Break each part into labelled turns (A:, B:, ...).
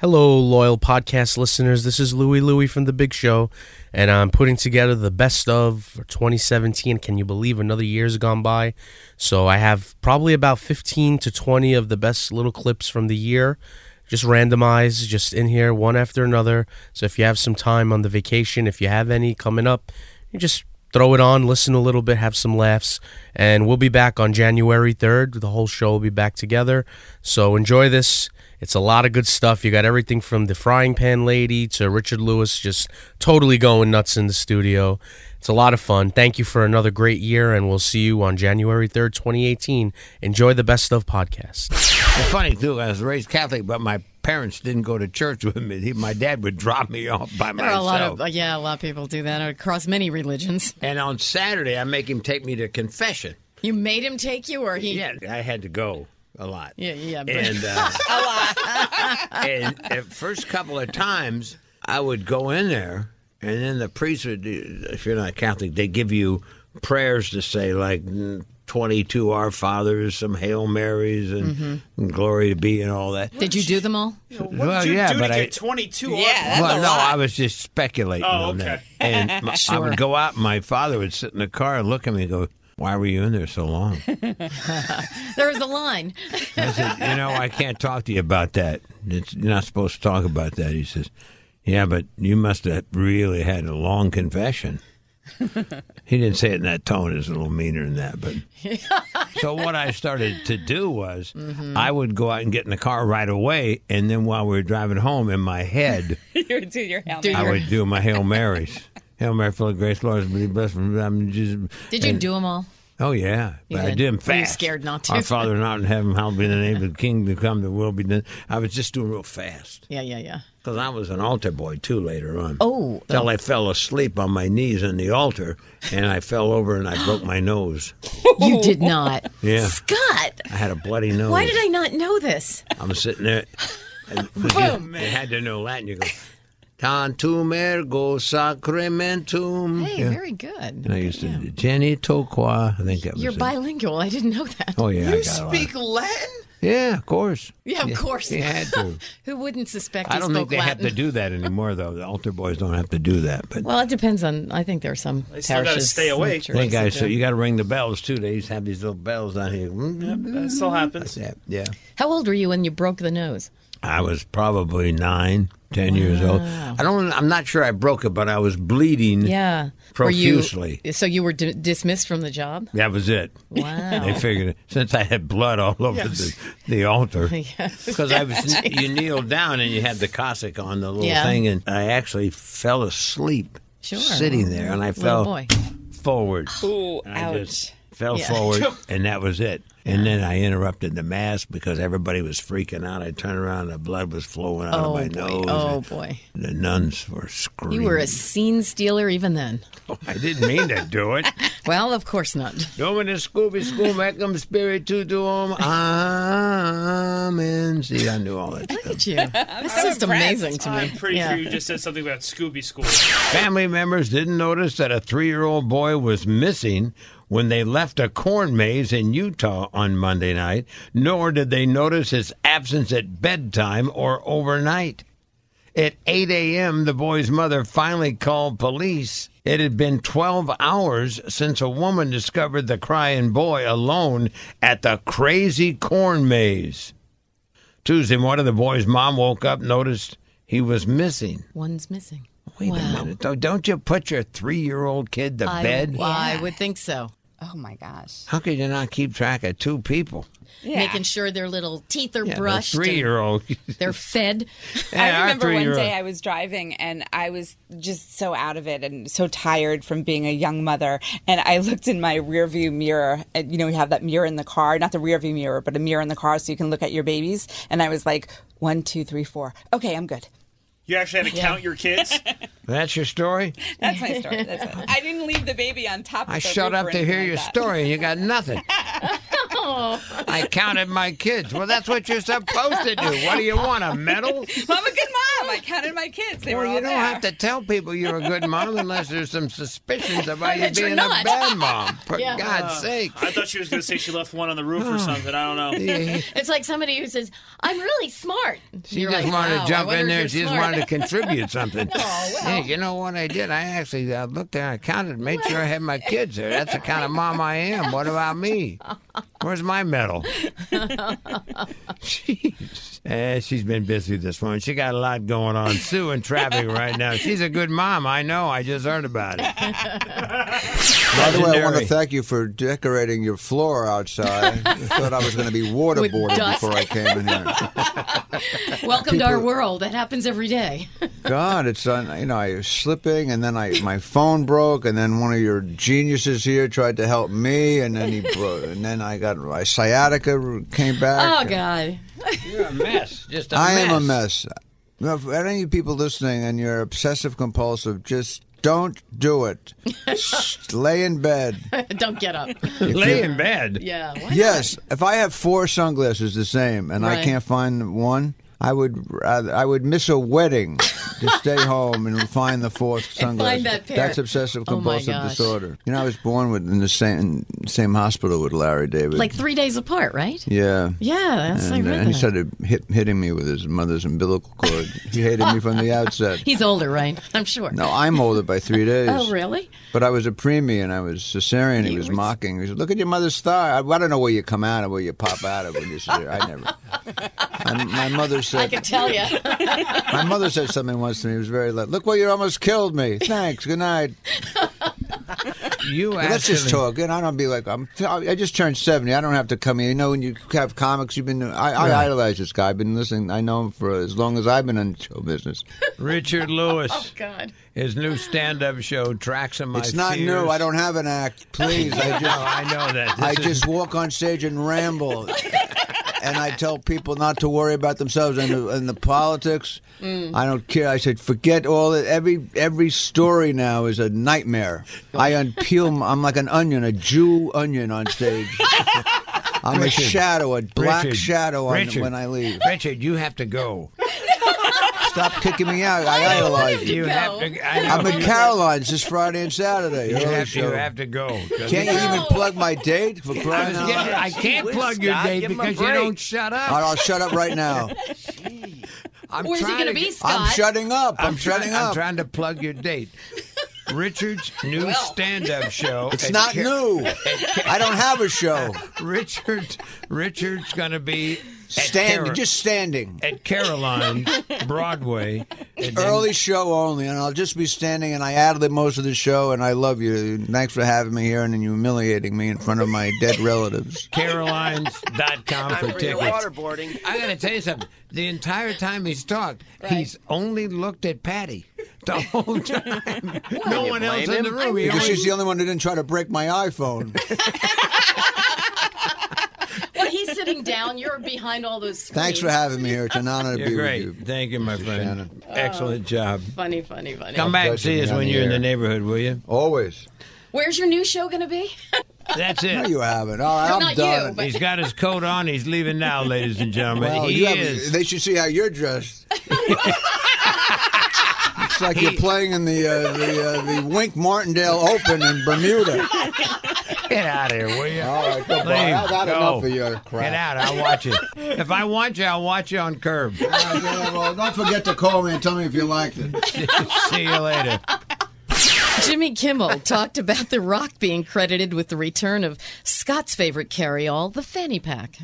A: Hello, loyal podcast listeners. This is Louie Louie from The Big Show, and I'm putting together the best of for 2017. Can you believe another year's gone by? So I have probably about 15 to 20 of the best little clips from the year, just randomized, just in here, one after another. So if you have some time on the vacation, if you have any coming up, you just throw it on, listen a little bit, have some laughs, and we'll be back on January 3rd. The whole show will be back together. So enjoy this. It's a lot of good stuff. You got everything from the frying pan lady to Richard Lewis just totally going nuts in the studio. It's a lot of fun. Thank you for another great year, and we'll see you on January 3rd, 2018. Enjoy the Best of podcast.
B: It's funny too. I was raised Catholic, but my parents didn't go to church with me. He, my dad would drop me off by
C: There are a
B: myself.
C: lot of yeah, a lot of people do that across many religions.
B: and on Saturday, I make him take me to confession.
C: You made him take you, or he?
B: Yeah, I had to go a lot.
C: yeah, yeah. But
B: and uh, and the first couple of times, I would go in there, and then the priest would, do- if you're not Catholic, they give you prayers to say like. mm, 22 Our Fathers, some Hail Marys, and,
C: Mm-hmm.
B: and Glory to Be, and all that.
C: did you do them all?
D: What
B: Well,
D: did you
B: yeah,
D: do
B: but
D: to
B: I-
D: get 22
E: Yeah,
D: off?
E: that's
B: well,
E: a
B: no,
E: lot.
B: I was just speculating
D: Oh,
B: on that.
D: okay.
B: And my, I would go out, and my father would sit in the car and look at me and go, Why were you in there so long?
C: There was a line.
B: I said, You know, I can't talk to you about that. It's, you're not supposed to talk about that. He says, Yeah, but you must have really had a long confession. he didn't say it in that tone. It's a little meaner than that. But so what I started to do was
E: Mm-hmm.
B: I would go out and get in the car right away, and then while we were driving home, in my head.
E: You're to your helmet.
C: Do
B: I
C: your,
B: would do my Hail Marys. Hail Mary, full of grace, Lord is with thee, blessed. from- I'm just.
C: did you do them all?
B: Oh yeah, but I
C: did?
B: did them
C: Were
B: fast.
C: you scared not to?
B: Our Father not in heaven, hallowed be the name of the kingdom come, the will be done. I was just doing real fast
C: Yeah, yeah, yeah.
B: because I was an altar boy too later on.
C: Oh.
B: till I fell asleep on my knees on the altar, and I fell over and I broke my nose.
C: You did not,
B: Yeah,
C: Scott.
B: I had a bloody nose.
C: Why did I not know this?
B: I'm sitting there. And Boom! They had to know Latin. You go. Tantum ergo sacramentum.
C: Hey,
B: Yeah.
C: very good.
B: And I used to Jenny Toqua. I think that was
C: You're
B: it.
C: bilingual. I didn't know that.
B: Oh yeah, I
D: You
B: got a lot.
D: speak Latin?
B: Yeah, of course.
C: Yeah, of course.
B: He had to.
C: Who wouldn't suspect?
B: I
C: he
B: don't
C: spoke
B: think they
C: Latin?
B: have to do that anymore, though. The altar boys don't have to do that, but.
C: Well, it depends on. I think there are some
D: They still gotta
C: parishes.
D: stay
C: some
D: awake.
C: churches
B: Hey guys,
C: that
B: so
C: do.
B: you got to ring the bells too. They used to have these little bells down here.
D: That still happens.
B: Yeah, yeah.
C: Mm-hmm. How old were you when you broke the nose?
B: I was probably nine, ten years old. I don't. I'm not sure I broke it, but I was bleeding.
C: Yeah,
B: Profusely.
C: Were you, so you were d- dismissed from the job.
B: that was it. They
C: Wow.
B: figured it. since I had blood all over
D: Yes.
B: the, the altar,
C: Yes.
B: because I was you kneeled down and you had the cassock on the little
C: Yeah.
B: thing, and I actually fell asleep
C: Sure.
B: sitting there, and I
C: Little
B: fell
C: boy.
B: forward.
E: Ooh,
B: And I
E: ouch.
B: just fell
C: Yeah.
B: forward, and that was it. And then I interrupted the mass because everybody was freaking out. I turned around, the blood was flowing out of
C: Oh
B: my
C: boy.
B: nose.
C: Oh boy.
B: The nuns were screaming.
C: You were a scene stealer even then.
B: I didn't mean to do it.
C: Well, of course not.
B: Dominus Scooby Scoo, Mecum Spirit to Doom. Amen. See, I knew all that stuff.
C: Look at you. This is just
E: impressed.
C: amazing to me.
D: I'm pretty
C: Yeah.
D: sure you just said something about Scooby School.
B: Family members didn't notice that a three year old boy was missing when they left a corn maze in Utah on Monday night, nor did they notice his absence at bedtime or overnight. At 8 a.m., the boy's mother finally called police. It had been 12 hours since a woman discovered the crying boy alone at the crazy corn maze. Tuesday morning, the boy's mom woke up, noticed he was missing.
C: One's missing.
B: Wait a minute. Don't, don't you put your three year old kid to
C: I,
B: bed?
C: well, I would think so.
E: Oh my gosh.
B: How could you not keep track of two people?
E: Yeah.
C: Making sure their little teeth are
B: Yeah,
C: brushed. and
B: Three year old.
C: They're fed.
E: I remember one day I was driving and I was just so out of it and so tired from being a young mother. And I looked in my rear view mirror. And, you know, you have that mirror in the car, not the rear view mirror, but a mirror in the car so you can look at your babies. And I was like, One, two, three, four. Okay, I'm good.
D: You actually had to count your kids.
B: That's your story?
E: That's my story. That's it. I didn't leave the baby on top. Of
B: I
E: the
B: showed
E: roof
B: up
E: or
B: to
E: anything
B: hear
E: like
B: your
E: that.
B: story and you got nothing. I counted my kids. Well, that's what you're supposed to do. What do you want, a medal?
E: Well, I'm a good mom. I counted my kids. They
B: Well,
E: were all
B: you don't
E: there.
B: have to tell people you're a good mom unless there's some suspicions about you
C: That you're
B: being a
C: not.
B: bad mom. For
C: Yeah. Oh.
B: God's sake.
D: Oh. I thought she was going to say she left one on the roof or something. I don't know.
C: Um, It's like somebody who says, "I'm really smart."
B: She just wanted to jump in there. and She just wanted to contribute something.
C: Oh, well.
B: Hey, you know what I did? I actually uh, looked there, I counted, made sure I had my kids there. That's the kind of mom I am. What about me? Where's my medal? Jeez. Eh, she's been busy this morning. She got a lot going on. Sue in traffic right now. She's a good mom. I know. I just heard about it.
F: By the way, I want
B: Legendary.
F: to thank you for decorating your floor outside. I thought I was going to be waterboarded
C: dust.
F: before I came in here.
C: Welcome to our world. That happens every day.
F: God, it's un, you know I was slipping, and then I my phone broke, and then one of your geniuses here tried to help me, and then he broke, and then I got my sciatica came back.
C: Oh God.
B: You're a mess. Just a
F: I
B: mess.
F: am a mess. Now, for any of you people listening, and you're obsessive compulsive, just don't do it. Just Lay in bed.
C: Don't get up.
F: If
B: Lay
F: you-
B: in bed.
C: Yeah. What?
F: Yes, if I have four sunglasses the same and I
C: Right.
F: can't find one, I would rather, I would miss a wedding to stay home and find the fourth
C: And
F: sunglass.
C: find that pair.
F: That's obsessive
C: Oh, my
F: compulsive
C: gosh.
F: disorder. You know, I was born with in the same same hospital with Larry David.
C: Like three days apart, right?
F: yeah.
C: Yeah. That's
F: And,
C: like
F: uh, he started hit, hitting me with his mother's umbilical cord. he hated me from the outset.
C: He's older, right? I'm sure.
F: No, I'm older by three days.
C: Oh really?
F: But I was a preemie and I was cesarean. He was mocking. He said, "Look at your mother's thigh. I, I don't know where you come out of, where you pop out of when you're cesarean. I never." And my mother
C: I
F: said,
C: can tell you.
F: "My mother said something once to me. It was very loud. Look, well, you almost killed me. Thanks. Good night.
B: You actually,
F: Let's just talk. And I don't be like I'm. I just turned seventy. I don't have to come here. You know, when you have comics, you've been. I, I idolize this guy. I've been listening. I know him for as long as I've been in show business.
B: Richard Lewis.
C: God.
B: His new stand-up show, Tracks of My
F: It's not
B: Fears.
F: new. I don't have an act. Please, I
B: No,
F: just.
B: I know that. This
F: I
B: is-
F: just walk on stage and ramble. And I tell people not to worry about themselves and the, and the politics.
B: Mm.
F: I don't care. I said, forget all that. Every every story now is a nightmare. I unpeel. m- I'm like an onion, a Jew onion on stage. I'm
B: Richard.
F: a shadow, a black
B: Richard.
F: shadow on,
B: Richard.
F: when I leave.
B: Richard, you have to go.
F: Stop kicking me out. I idolize you.
B: You have to. I know.
F: I'm at Caroline's this Friday and Saturday.
B: You
F: Early
B: have to, you
F: show.
B: have to go.
F: oh, Can't you even plug my date for
B: I,
F: crying
B: was
F: out
B: getting-
F: loud?
B: I can't
G: Whiz,
B: plug your
G: Scott,
B: date
G: give him a
B: because you
G: break.
B: don't shut
F: All
B: up.
F: right, I'll shut up right now.
B: I'm
C: Where's he
B: trying
C: going to
B: to
C: be,
B: get-
C: Scott?
F: I'm shutting up. I'm,
B: I'm trying-
F: shutting
B: I'm
F: up.
B: trying to plug your date. Richard's new stand-up show.
F: it's not new. I don't have a show.
B: Richard, Richard's going to be at
F: Standing,
B: Cara-
F: just standing.
B: at Caroline Broadway. and then-
F: Early show only, and I'll just be standing. And I added most of the show. And I love you. Thanks for having me here and then humiliating me in front of my dead relatives.
B: Carolines.com
G: I'm
B: for
G: for your
B: tickets.
G: waterboarding.
B: I got to tell you something. The entire time he's talked, he's only looked at Patty the whole time. no one else
G: blame him?
B: in the room. He
F: Because
B: only-
F: she's the only one who didn't try to break my iPhone.
C: Well, he's sitting down. You're behind all those. Screens.
F: Thanks for having me here. It's an honor to
B: You're
F: be
B: great.
F: with you.
B: Thank you, my friend.
F: Shannon.
C: Uh,
B: Excellent job.
C: Funny, funny, funny.
B: Come back and
F: pleasure
B: see
F: to
B: us
F: be on
B: when
F: the
B: you're in
F: air.
B: the neighborhood, will you?
F: Always.
C: Where's your new show going to be?
B: That's
F: No,
B: it.
F: you haven't. All right,
C: No,
F: I'm
C: not you,
F: done.
C: but-
B: He's got his coat on. He's leaving now, ladies and gentlemen.
F: Well,
B: he
F: you have-
B: is.
F: they should see how you're dressed. it's like you're playing in the uh, the uh, the Wink Martindale Open in Bermuda.
B: Get out of here, will you?
F: All right, goodbye.
B: Leave.
F: I've had
B: Go.
F: enough of your
B: Get
F: crap.
B: out. I'll watch you. if I want you, I'll watch you on curb.
F: All right, yeah, well, don't forget to call me and tell me if you liked it.
B: see you later.
C: Jimmy Kimmel talked about The Rock being credited with the return of Scott's favorite carry-all, the fanny pack,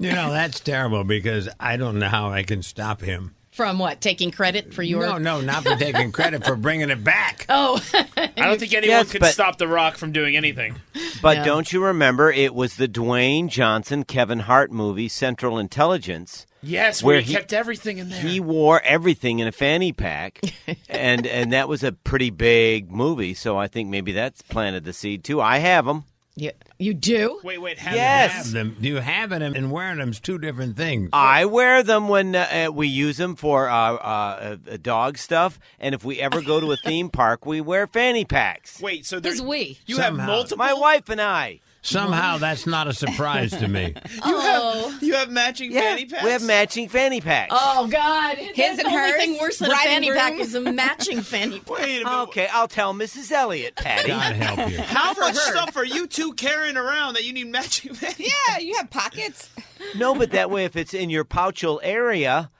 B: You know, that's terrible because I don't know how I can stop him.
C: from what taking credit for your.
B: No, no, not for taking credit for bringing it back.
C: Oh,
D: I don't think anyone
G: Yes,
D: could
G: but-
D: stop The Rock from doing anything.
G: But
C: Yeah.
G: don't you remember it was the Dwayne Johnson Kevin Hart movie Central Intelligence?
D: Yes,
G: Where
D: where
G: he-
D: he kept everything in there.
G: He wore everything in a fanny pack and and that was a pretty big movie, so I think maybe that's planted the seed too. I have them.
C: You, you do?
D: Wait, wait. Have
G: Yes.
D: Have them.
B: Them, you having them and wearing them's two different things.
G: I wear them when uh, uh, we use them for uh, uh, uh, dog stuff, and if we ever go to a theme park, we wear fanny packs.
D: Wait. So there's
C: Because we.
D: You
B: Somehow.
D: have multiple.
G: My wife and I. Mm-hmm.
B: Somehow that's not a surprise to me.
D: You have you have matching fanny packs.
G: we have matching fanny packs.
C: Oh, God. That's
E: and
C: the only
E: hers,
C: thing worse than a
E: bride and
C: fanny pack
E: groom.
C: is a matching fanny pack.
D: Wait a minute.
G: Okay, I'll tell Mrs. Elliot, Patty.
B: God help you.
D: How much stuff are you two carrying around that you need matching fanny? packs?
E: Yeah, you have pockets.
G: No, but that way, if it's in your pouchal area,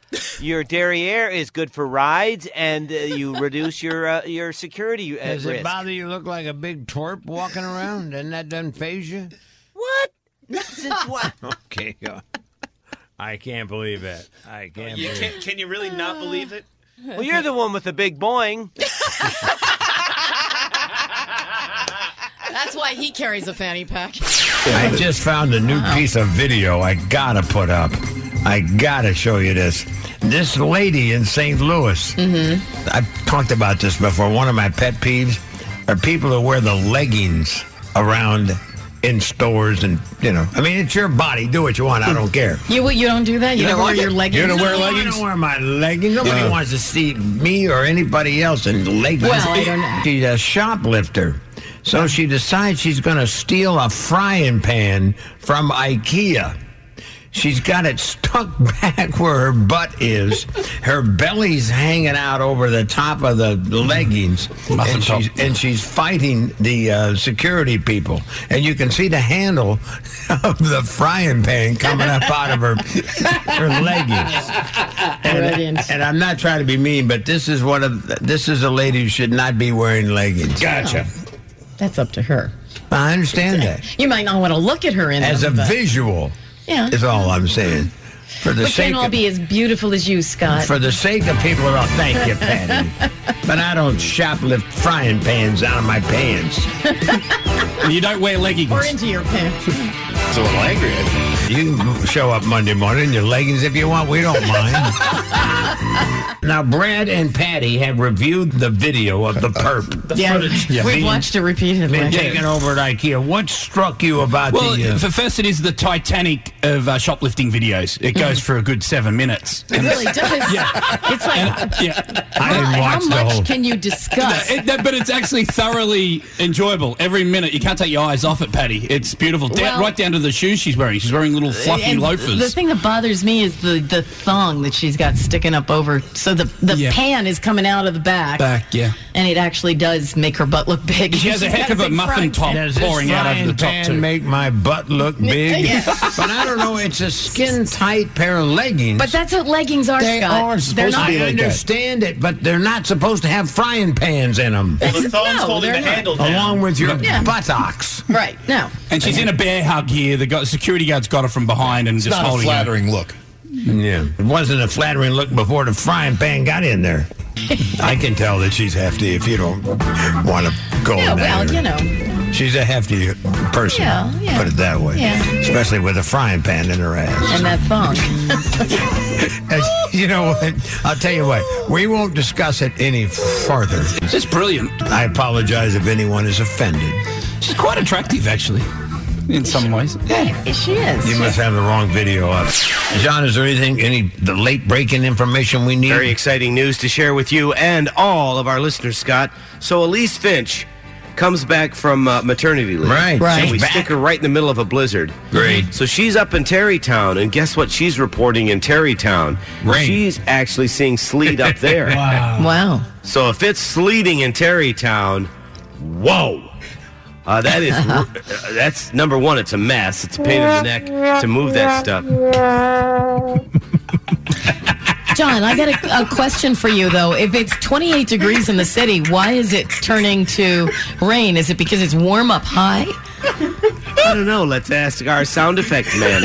G: your derriere is good for rides, and uh, you reduce your uh, your security uh,
B: Does
G: risk.
B: it bother you look like a big twerp walking around? And that doesn't phase you?
G: what? Since what?
B: Okay. uh, I can't believe it. I can't
D: You
B: believe
D: can,
B: it.
D: can you really not believe it?
H: Uh.
G: Well, you're the one with the big boing.
C: That's why he carries a fanny pack.
B: I just found a new piece of video I gotta put up. I gotta show you this. This lady in St. Louis. Mm-hmm. I've talked about this before. One of my pet peeves are people who wear the leggings around in stores and you know. I mean, it's your body. Do what you want. I don't care.
C: You you don't do that? You, don't wear your leggings?
I: You don't wear
B: No, I
I: leggings?
B: don't wear my leggings. Nobody
I: Yeah.
B: wants to see me or anybody else in leggings.
C: Well, I don't know.
B: She's a shoplifter. So she decides she's going to steal a frying pan from IKEA. She's got it stuck back where her butt is. Her belly's hanging out over the top of the leggings.
I: Muffin
B: and,
I: top.
B: she's, and she's fighting the uh, security people. And you can see the handle of the frying pan coming up out of her, her leggings. And,
C: Brilliant.
B: and I'm not trying to be mean, but this is one of the- this is a lady who should not be wearing leggings.
I: Gotcha.
C: That's up to her.
B: I understand that
C: You might not want to look at her in
B: as a
C: them, but-
B: visual.
C: Yeah.
B: is all I'm saying. For the
C: We
B: sake
C: can't all
B: of,
C: be as beautiful as you, Scott.
B: for the sake of people around. Thank you, Patty. but I don't shoplift frying pans out of my pants.
I: And you don't wear leggings.
C: or into your pants.
I: It's a little angry. I think.
B: You can show up Monday morning in your leggings if you want. We don't mind. now, Brad and Patty have reviewed the video of the perp. The footage
C: We've
B: being-
C: watched it repeatedly.
B: been taken over at IKEA. What struck you about
I: Well,
B: the? Uh,
I: for first, it is the Titanic of uh, shoplifting videos. It
B: Mm.
I: goes for a good seven minutes.
C: It really does. It's like,
I: yeah.
B: I didn't
C: how
B: watch the
C: much
B: whole.
C: can you discuss?
I: It- that- but it's actually thoroughly enjoyable every minute. You can't take your eyes off it, Patty. It's beautiful, down,
C: Well-
I: right down to the shoes she's wearing. She's wearing little fluffy
C: And
I: loafers.
C: The thing that bothers me is the, the thong that she's got sticking up over. So the, the
I: Yeah.
C: pan is coming out of the back,
I: Back, yeah.
C: and it actually does make her butt look big.
I: She has a
C: She's
I: heck
C: got
I: of a
C: big
I: muffin
C: front.
I: top
B: Does this
I: pouring out of the
B: frying
I: top
B: pan
I: too.
B: make my butt look big?
C: Yeah.
B: But I don't know. It's a skin tight pair of leggings.
C: But that's what leggings are,
I: They
C: Scott.
I: are supposed
C: They're
I: to
C: not
I: be
B: I
I: like that.
B: understand it, but they're not supposed to have frying pans in them,
D: Well, the thongs
C: No,
D: holding the
C: they're not.
D: handle down.
B: along with your
C: Yeah.
B: buttocks.
C: right. No,
I: and she's in a bear hug here. The gu- security guard's got her from behind and just holding her.
J: look.
B: Yeah, it wasn't a flattering look before the frying pan got in there. I can tell that she's hefty. If you don't want to go
C: Yeah,
B: in that
C: well, you
B: area.
C: know.
B: she's a hefty person.
C: Yeah, yeah.
B: Put it that way.
C: Yeah.
B: Especially with a frying pan in her ass.
C: and that thong.
B: And you know what? I'll tell you what. We won't discuss it any further.
I: This is brilliant.
B: I apologize if anyone is offended.
I: She's quite attractive, actually, in some ways. Yeah.
C: she is.
B: You must have the wrong video up. John, is there anything, any the late breaking information we need?
G: Very exciting news to share with you and all of our listeners, Scott. So Elise Finch comes back from uh, maternity leave.
B: Right.
G: So
B: Right.
G: we
B: She's back.
G: stick her right in the middle of a blizzard.
B: Great.
G: So she's up in Terrytown, and guess what she's reporting in Terrytown?
B: Rain.
G: She's actually seeing sleet up there.
C: Wow.
G: So if it's sleeting in Terrytown, whoa. Uh, that is, uh, that's number one. It's a mess. It's a pain in the neck to move that stuff.
C: John, I got a, a question for you though. If it's 28 degrees in the city, why is it turning to rain? Is it because it's warm up high?
G: I don't know. Let's ask our sound effect man.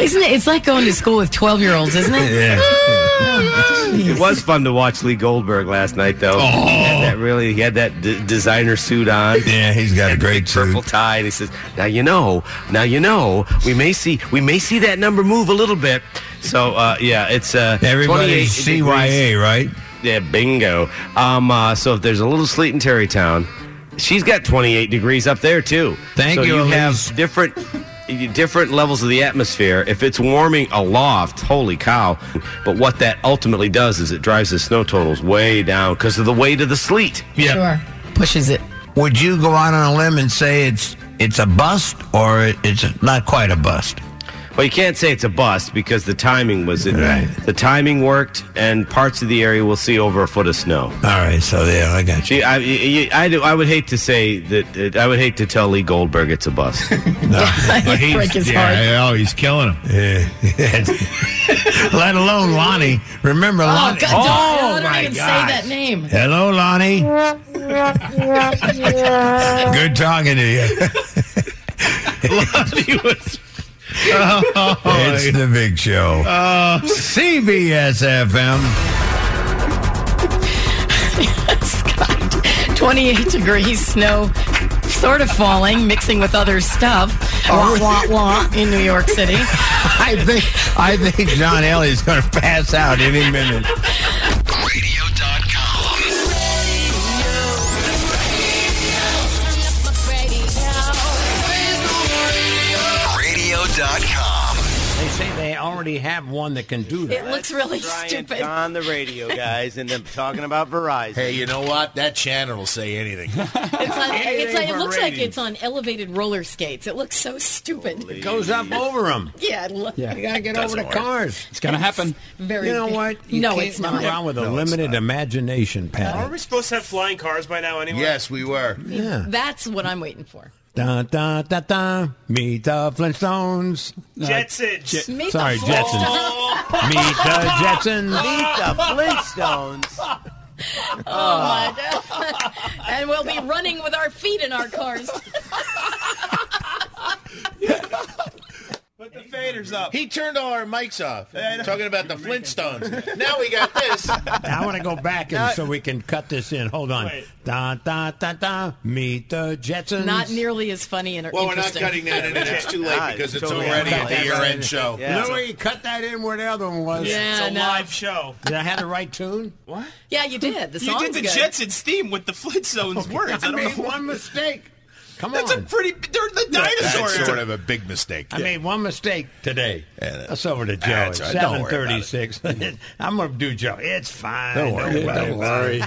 C: Isn't it? It's like going to school with 12 year olds, isn't it? Oh,
G: It was fun to watch Lee Goldberg last night, though. He had that really, he had that d- designer suit on,
B: Oh. Yeah, he's got a great
G: purple
B: suit.
G: tie, and he says, "Now you know, now you know, we may see, we may see that number move a little bit." So, uh, yeah, it's uh, 28
B: Everybody's
G: degrees.
B: CYA, right?
G: Yeah, bingo. Um, uh, so if there's a little sleet in Terrytown, she's got 28 degrees up there too.
B: Thank
G: so
B: you,
G: You
B: Elise.
G: have different different levels of the atmosphere. If it's warming aloft, holy cow! But what that ultimately does is it drives the snow totals way down because of the weight of the sleet.
B: Yeah.
C: Sure. Pushes it.
B: Would you go out on a limb and say it's it's a bust or it's not quite a bust?
G: Well, you can't say it's a bust because the timing was in
B: Right.
G: The timing worked, and parts of the area will see over a foot of snow.
B: All right, so there, I got you.
G: Gee, I, I, I, do- I would hate to say that. I would hate to tell Lee Goldberg it's a bust.
J: But he's,
C: Break his
J: yeah, oh, he's killing him.
B: Yeah. Let alone Lonnie. Remember
C: Oh,
B: Lonnie?
C: God,
B: Oh,
C: don't, don't
B: my
C: even
B: gosh.
C: say that name.
B: Hello, Lonnie. Good talking to you.
J: Lonnie was. Oh,
B: It's the big show. CBS FM.
C: 28 degrees, snow sort of falling, mixing with other stuff. Wah, wah, wah in New York City.
B: I think I think John Elliott's going to pass out any minute.
K: Radio.com.
B: They say they already have one that can do
C: It
B: that.
C: looks really stupid.
G: on the radio, guys, and I'm talking about Verizon.
J: Hey, you know what? That channel will say anything.
C: It's like, it's like, it
J: for
C: looks like
J: ratings.
C: it's on elevated roller skates. It looks so stupid.
B: Goes up over them.
C: Yeah, it look,
B: You got to get over
G: Doesn't
B: the
G: work.
B: cars.
I: It's gonna happen.
C: very.
B: You know what? You
C: no,
B: can't
C: it's
B: run
C: not.
B: around with a
J: No, it's
B: limited
J: not.
B: imagination,
H: Aren't
B: Pat.
H: we supposed to have flying cars by now anyway?
J: yes, we were.
B: Yeah.
C: That's what I'm waiting for.
B: Da da da da. Meet the Flintstones.
H: Jetsons.
C: Meet
B: Uh, Sorry,
C: the
B: Jetsons. Meet the Jetsons.
G: Meet the Flintstones.
C: Oh, And we'll be running with our feet in our cars.
D: Put the faders up.
J: He turned all our mics off. Talking about the Flintstones. now we got this.
B: I want to go back and so we can cut this in. Hold on.
H: Wait.
B: Da da da da. Meet the Jetsons.
C: Not nearly as funny and
J: Well, we're not
C: interesting.
J: cutting that in. It's too
G: Ah,
J: late because
G: it's
J: it's
G: totally
J: already
G: out.
J: at the year-end show.
G: Yeah.
B: Louis, cut that in where the other one was.
C: Yeah,
H: It's a
C: no.
H: live show.
B: Did I have the right tune?
C: yeah, you did. The
H: You
C: song's
H: did the
C: good.
H: Jetsons theme with the Flintstones words. I
B: I
H: don't
B: made
H: know. why.
B: one mistake. Come
H: That's a
B: on.
H: pretty. They're the
J: That's
H: dinosaurs.
J: sort of a big mistake.
B: I made one mistake today.
J: Yeah,
B: That's over to Joe.
J: that's
B: It's
J: all right. Don't worry about
B: 7:36. I'm gonna do Joe. It's fine.
J: Don't worry about it.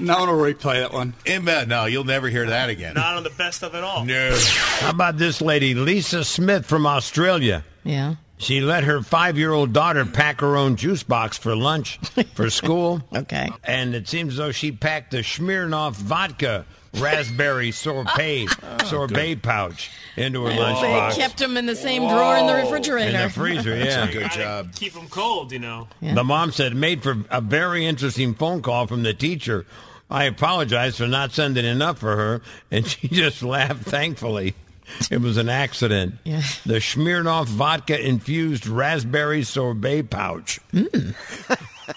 I: No one will replay that one.
J: Emma, no, you'll never hear that again.
H: Not on the best of it all.
J: No.
B: How about this lady, Lisa Smith from Australia?
C: Yeah.
B: She let her five-year-old daughter pack her own juice box for lunch for school.
C: Okay.
B: And it seems as though she packed a Smirnoff vodka raspberry sorbet sorbet pouch into her lunchbox
C: Oh, They kept them in the same drawer in the refrigerator.
B: in the freezer. Yeah.
J: Good
H: Gotta
J: job.
H: Keep them cold, you know.
C: Yeah.
B: The mom said, made for a very interesting phone call from the teacher. I apologize for not sending enough for her. And she just laughed, thankfully. It was an accident.
C: Yeah.
B: The Smirnoff vodka infused raspberry sorbet pouch.
C: Mm,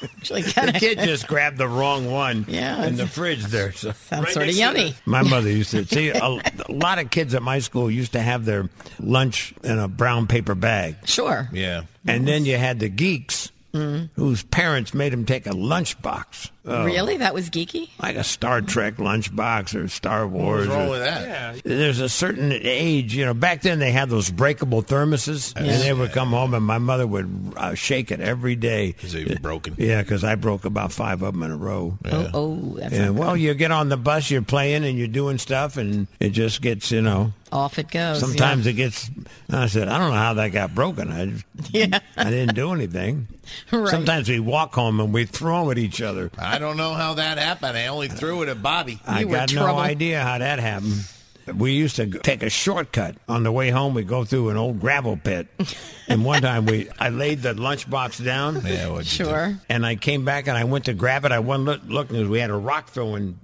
C: Actually,
B: The
C: kind of
B: kid just grabbed the wrong one
C: Yeah.
B: in the fridge there. So.
C: sounds
H: Right
C: sort of
H: next to
C: yummy.
H: the-
B: My mother used to see a, a lot of kids at my school used to have their lunch in a brown paper bag.
C: Sure.
J: Yeah.
B: And then you had the geeks
C: Mm.
B: whose parents made them take a lunchbox. Oh,
C: Really? That was geeky?
B: like a Star Trek lunchbox or Star Wars.
J: What's wrong
B: or-
J: with that?
B: there's a certain age, you know. Back then, they had those breakable thermoses, and they would come home, and my mother would uh, shake it every day.
J: Is it broken?
B: Yeah, because I broke about five of them in a row.
C: Oh, oh, that's
B: And
C: not
B: well, you get on the bus, you're playing, and you're doing stuff, and it just gets, you know.
C: good. off it goes. yeah.
B: Sometimes it gets. I said, I don't know how that got broken. I, just-
C: Yeah.
B: I didn't do anything.
C: Right.
B: Sometimes we walk home and we throw at each other.
J: I don't know how that happened. I only threw it at Bobby.
B: I
C: You were
B: got no
C: trouble.
B: idea how that happened. We used to g- take a shortcut on the way home. We go through an old gravel pit, and one time we I laid the lunchbox down,
J: Yeah, what'd you do?
C: Sure.
B: and I came back and I went to grab it. I wasn't look, looking because we had a rock throwing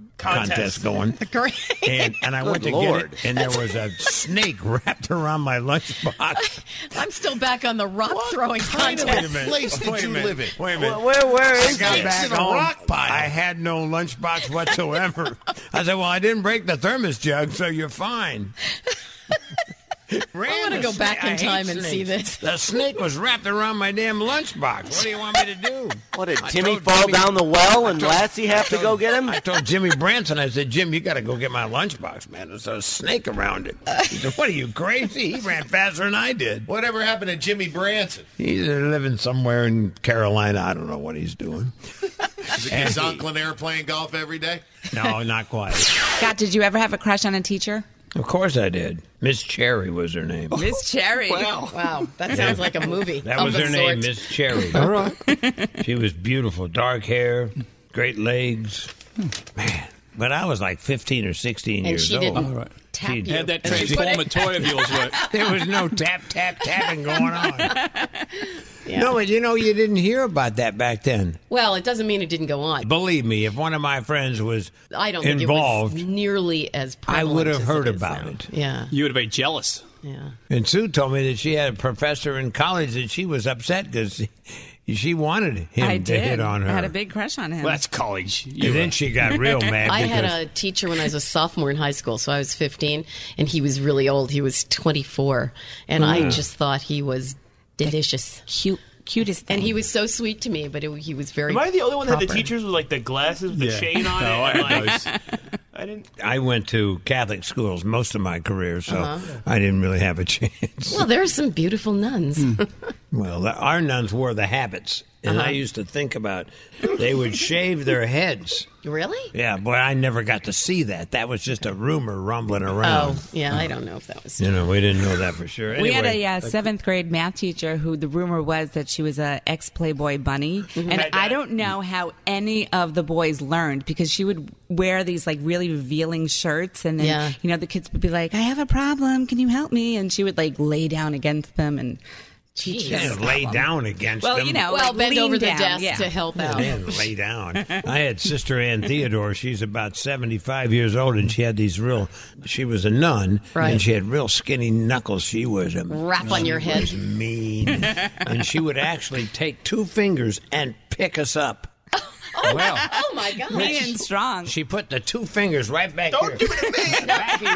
H: Contest.
B: contest, going,
C: Great.
B: and and I went to
G: Lord.
B: get it, and there was a snake wrapped around my lunchbox.
C: I'm still back on the rock throwing contest.
B: Wait a minute.
J: place did
B: Wait a
J: you
B: minute.
J: live in?
B: Wait a minute.
G: Where, where
B: I
G: is
B: got
J: Snakes
B: back
J: in a
B: home.
J: rock pile.
B: I had no lunchbox whatsoever. I said, "Well, I didn't break the thermos jug, so you're fine."
C: I want to go back in time and see this.
B: The snake was wrapped around my damn lunchbox. What do you want me to do?
G: What did
B: I
G: Timmy
B: told
G: fall
B: Jimmy-
G: down the well
B: I
G: and
B: told-
G: Lassie have to
B: I
G: go
B: told-
G: get him?
B: I told Jimmy Branson, I said, Jim, you got to go get my lunchbox, man. There's a snake around it. He said, what are you, crazy? He ran faster than I did.
J: Whatever happened to Jimmy Branson?
B: He's living somewhere in Carolina. I don't know what he's doing.
J: Is it his uncle in there playing golf every day?
B: No, not quite.
E: Scott, did you ever have a crush on a teacher?
B: Of course I did. Miss Cherry was her name.
E: Miss Cherry.
C: Wow. Wow. That sounds like a movie.
B: That
C: of
B: was
C: a
B: her name,
C: sort.
B: Miss Cherry.
C: All
B: right. she was beautiful, dark hair, great legs. Man, but I was like 15 or 16
C: And
B: years
C: she
B: old.
C: didn't All right. tap
B: She-
C: you. Had that
B: She-
C: transformer toy
I: of yours work?
B: There was no tap, tap, tapping going on. No, but you know, you didn't hear about that back then.
C: Well, it doesn't mean it didn't go on.
B: Believe me, if one of my friends was
C: I don't
B: involved,
C: think it was nearly as
B: I
C: prevalent.
B: would have
C: as
B: heard
C: it is
B: about
C: now.
B: it.
C: Yeah.
I: You would have been jealous.
C: Yeah.
B: And Sue told me that she had a professor in college that she was upset because she wanted him
E: I
B: to
E: did.
B: hit on her.
E: I had a big crush on him.
I: Well, that's college. You
B: and
I: were-
B: then she got real mad.
C: I had
B: because-
C: a teacher when I was a sophomore in high school, so I was 15, and he was really old. He was 24, and I
B: Hmm.
E: Mm.
C: just thought he was delicious, cute, cutest, and he was so sweet to me. But it, he was very.
H: Am I the only one that the
C: proper.
H: teachers with like the glasses with
B: Yeah.
H: the chain on
B: No,
H: it?
B: I
H: and,
B: had
H: like,
B: those.
H: I didn't.
B: I went to Catholic schools most of my career, so
C: Uh-huh.
B: I didn't really have a chance.
C: Well, there are some beautiful nuns.
B: Hmm. Well, the, our nuns wore the habits, and
C: Uh-huh.
B: I used to think about they would shave their heads.
C: really?
B: Yeah, boy, I never got to see that. That was just a rumor rumbling around.
C: Oh, yeah. I don't know if that was.
B: You know, we didn't know that for sure.
E: we had
B: Anyway,
E: a uh, seventh grade math teacher who the rumor was that she was a ex Playboy bunny,
C: Mm-hmm.
E: and I don't know how any of the boys learned because she would wear these like really revealing shirts, and then
C: Yeah.
E: you know the kids would be like, "I have a problem, can you help me?" And she would like lay down against them and teach
B: you
E: them.
B: can't lay down against
E: Well,
B: them.
E: you know,
C: Well,
E: like,
C: bend
E: lean
C: over the
E: down,
C: desk
E: yeah.
C: to help
B: Yeah,
C: out.
B: they had to lay down. I had Sister Ann Theodore. She's about 75 years old, and she had these real, she was a nun,
C: Right.
B: and she had real skinny knuckles. She was a
C: Rap on your head.
B: was mean. and she would actually take two fingers and pick us up. well,
C: Oh my God!
E: Mean and strong.
B: she put the two fingers right back
H: Don't
B: here. Oh.
H: do it to me.
B: Back in your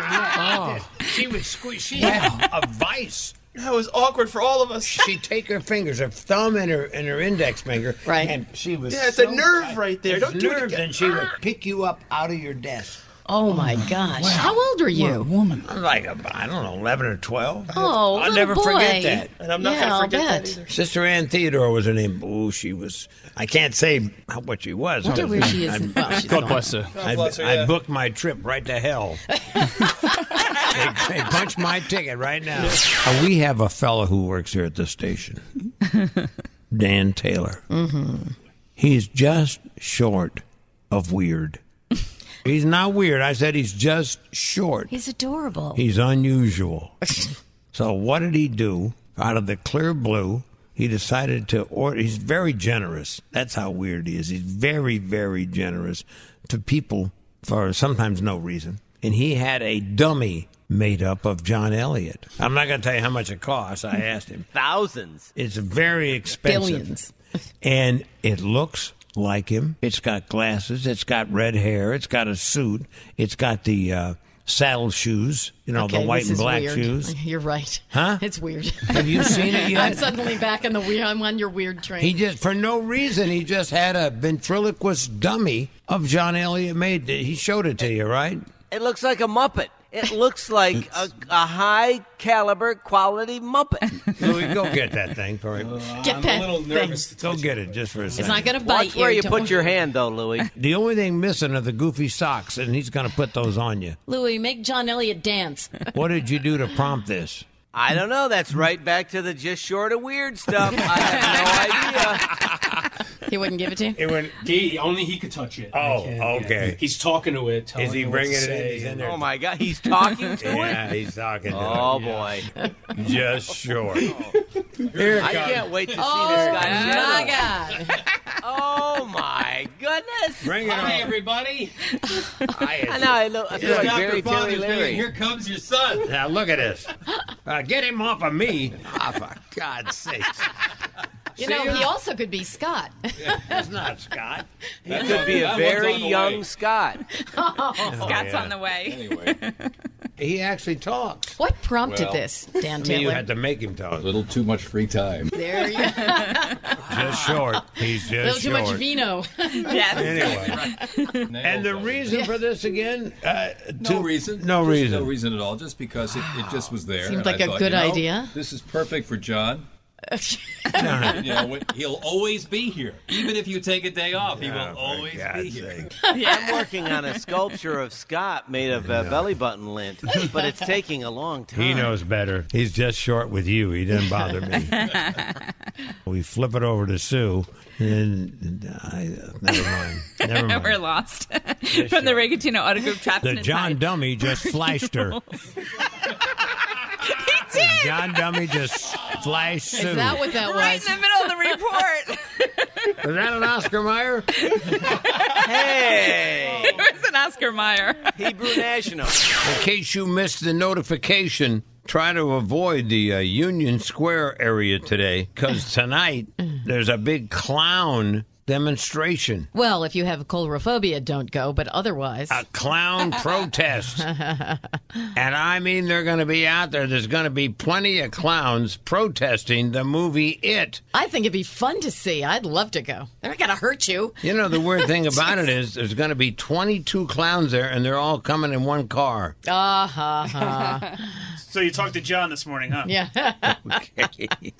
B: neck. She would squeeze. She had a vice.
H: That was awkward for all of us.
B: She'd take her fingers, her thumb and her and her index finger,
C: Right.
B: and she was.
H: Yeah, it's a
B: so
H: nerve right there. Don't do it
B: nerves,
H: again. Ah.
B: and she would pick you up out of your desk.
C: Oh my gosh! How old are you?
I: woman.
B: I'm
H: uh,
B: like, I don't know, 11 or 12.
C: Oh,
B: I'll
C: little
B: never
C: boy.
B: forget that.
H: And I'm not
C: yeah,
H: gonna
C: I'll
H: forget that
C: bet.
H: either.
B: Sister Ann Theodore was her name. Oh, she was. I can't say how, what she was.
C: Look
B: I
C: at
B: was-
C: where she is.
B: I,
C: Well, she's
I: God
C: gone.
I: bless her.
B: I,
H: bless her,
B: I
H: yeah.
B: booked my trip right to hell. they, they punched my ticket right now. Uh, we have a fellow who works here at the station, Dan Taylor. Mm-hmm. He's just short of weird. He's not weird. I said he's just short.
C: He's adorable.
B: He's unusual. so what did he do? Out of the clear blue, he decided to order. He's very generous. That's how weird he is. He's very, very generous to people for sometimes no reason. And he had a dummy made up of John Elliott. I'm not going to tell you how much it costs. I asked him.
G: Thousands.
B: It's very expensive.
C: Billions.
B: and it looks like him. It's got glasses. It's got red hair. It's got a suit. It's got the uh, saddle shoes. You know
C: okay,
B: the white
C: this
B: and
C: is
B: black
C: weird.
B: shoes.
C: You're right.
B: Huh?
C: It's weird.
B: Have you seen it
C: I'm
B: yet?
C: suddenly back in the weird. I'm on your weird train.
B: He just, for no reason, he just had a ventriloquist dummy of John Elliott made. He showed it to you, right?
G: It looks like a Muppet. It looks like a, a high caliber quality Muppet.
B: Louis, go get that thing for him.
C: Get that thing.
B: Go get it just for a second.
C: It's not going to bite
G: Watch where you
C: don't
G: put your
C: worry.
G: hand, though, Louis.
B: the only thing missing are the goofy socks, and he's going to put those on you.
C: Louis, make John Elliott dance.
B: What did you do to prompt this?
G: I don't know. That's right back to the just short of weird stuff. I have no idea.
C: he wouldn't give it to you.
B: It went.
I: He, only he could touch it.
B: Oh, okay.
I: He's talking to it.
B: Is he bringing it in? He's in there.
G: Oh my God, he's talking to it.
B: Yeah, he's talking to
G: Oh boy,
B: him. Just sure. Here it
G: I
B: comes.
G: can't wait to see
C: Oh
G: this guy's
C: my
G: shadow.
C: God!
G: Oh my goodness!
B: Bring it on.
I: everybody.
G: I know. I, look, I feel like Barry Terry Larry.
I: comes your son.
B: Now look at this. Uh, get him off of me.
G: Ah,
B: Oh, for God's sakes.
C: You know he also could be Scott.
B: That's not Scott.
G: He could be a
I: That one's
G: very
I: on the
G: young
I: way.
G: Scott.
E: Scott's on the way.
I: Anyway.
B: He actually talks.
C: What prompted
K: Well,
C: this, Dan
B: I mean, you
C: Taylor?
B: had to make him talk. A
K: little too much free time.
C: there you go.
B: Just short. He's
C: A
B: just
C: little too
B: short.
C: much vino.
B: Anyway. and the reason for this again? Uh,
K: No reason.
B: No
K: Just
B: reason.
K: No reason at all. Just because it, it just was there.
C: Seemed
K: and
C: like
K: I
C: a
K: thought,
C: good
K: you know,
C: idea.
K: This is perfect for John. you know, he'll always be here. Even if you take a day off, he will always be here.
L: I'm working on a sculpture of Scott made of uh, belly button lint, but it's taking a long time.
B: He knows better. He's just short with you. He didn't bother me. we flip it over to Sue, and uh, I, never mind. Never mind.
M: We're lost from the Rigatino Auto Group trapped
B: The
M: in
B: John Dummy just flashed her. The John Dummy just flashed Sue.
M: Right in the middle of the report.
B: Was that an Oscar Mayer?
M: hey, it was an Oscar Mayer.
L: Hebrew national.
B: In case you missed the notification, try to avoid the uh, Union Square area today because tonight there's a big clown demonstration,
C: Well, if you have colrophobia, don't go, but otherwise.
B: a clown protest. And I mean, they're going to be out there. There's going to be plenty of clowns protesting the movie It.
C: I think it'd be fun to see. I'd love to go. They're not going to hurt you.
B: You know, the weird thing about it is there's going to be 22 clowns there, and they're all coming in one car.
C: Uh huh.
H: so you talked to John this morning, huh?
C: Uh-huh. yeah.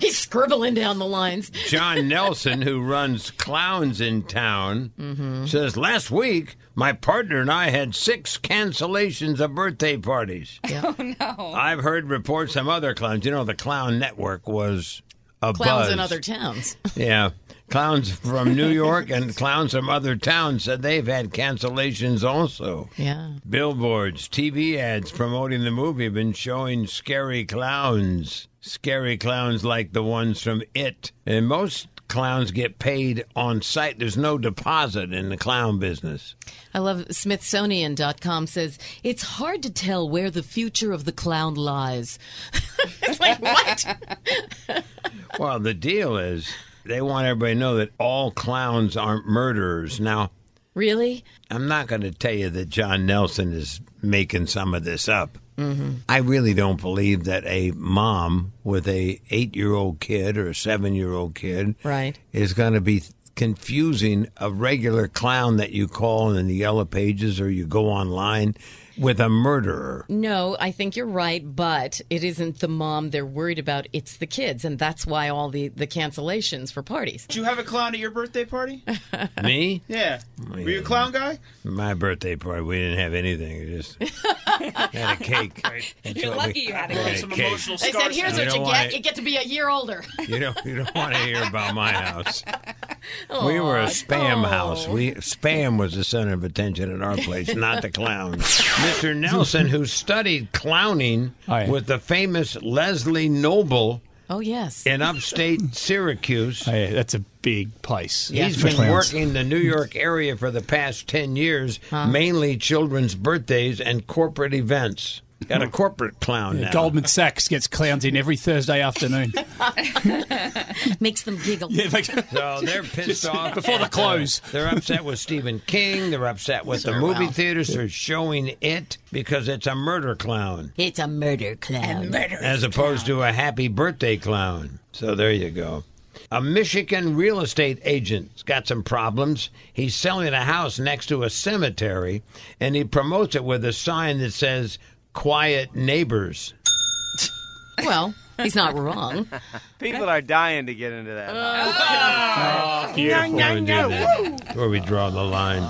C: He's scribbling down the lines.
B: John Nelson, who runs Clowns in Town, says last week my partner and I had six cancellations of birthday parties.
M: Oh no.
B: I've heard reports from other clowns. You know, the Clown Network was a
C: Clowns
B: buzz.
C: in other towns.
B: yeah. Clowns from New York and clowns from other towns said they've had cancellations also.
C: Yeah.
B: Billboards, TV ads promoting the movie have been showing scary clowns. Scary clowns like the ones from It. And most clowns get paid on site. There's no deposit in the clown business.
C: I love Smithsonian.com says it's hard to tell where the future of the clown lies. it's like what?
B: Well, the deal is they want everybody to know that all clowns aren't murderers. Now,
C: Really?
B: I'm not going to tell you that John Nelson is making some of this up.
C: Mm-hmm.
B: I really don't believe that a mom with a eight-year-old kid or a seven-year-old kid
C: Right.
B: is going to be confusing a regular clown that you call in the yellow pages or you go online with a murderer.
C: No, I think you're right, but it isn't the mom they're worried about, it's the kids, and that's why all the, the cancellations for parties.
D: Did you have a clown at your birthday party?
B: Me?
D: Yeah. Were you a clown guy?
B: My birthday party, we didn't have anything. We just had a cake. That's
D: You're
B: what we-
D: lucky you had a
B: we
D: cake. Some
B: cake.
D: emotional
C: They said, here's what
B: don't
C: you
B: wanna-
C: get. You get to be a year older.
B: You don't you don't want to hear about my house. we were a spam
C: Oh.
B: house. We spam was the center of attention at our place, not the clowns. Mr. Nelson, who studied clowning with the famous Leslie Noble
C: Oh, yes.
B: in upstate Syracuse.
I: that's a big place.
B: He's been working the New York area for the past 10 years, mainly children's birthdays and corporate events. Got a corporate clown now.
I: Goldman Sachs gets clowns in every Thursday afternoon.
C: Makes them giggle.
I: Yeah, like-
B: So they're pissed off
I: Before the
B: at,
I: close.
B: uh, they're upset with Stephen King. They're upset with the
C: Sure,
B: movie
C: wow.
B: theaters. They're showing it because it's a murder clown
C: It's a murder clown.
B: as opposed to a happy birthday clown. So there you go. A Michigan real estate agent's got some problems. He's selling a house next to a cemetery and he promotes it with a sign that says quiet neighbors.
C: Well, he's not wrong.
L: People are dying to get into that.
G: Oh.
B: Beautiful when we do that. Where we draw the line.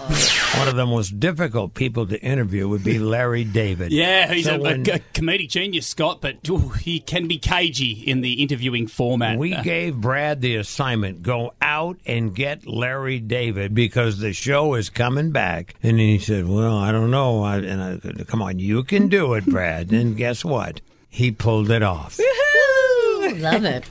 B: One of the most difficult people to interview would be Larry David.
I: Yeah, he's
B: So
I: a,
B: when-
I: a, a comedic genius, Scott, but ooh, he can be cagey in the interviewing format.
B: We gave Brad the assignment go out and get Larry David because the show is coming back. And he said, Well, I don't know. I, and I said, Come on, you can do it, Brad. And guess what? He pulled it off.
C: Love it.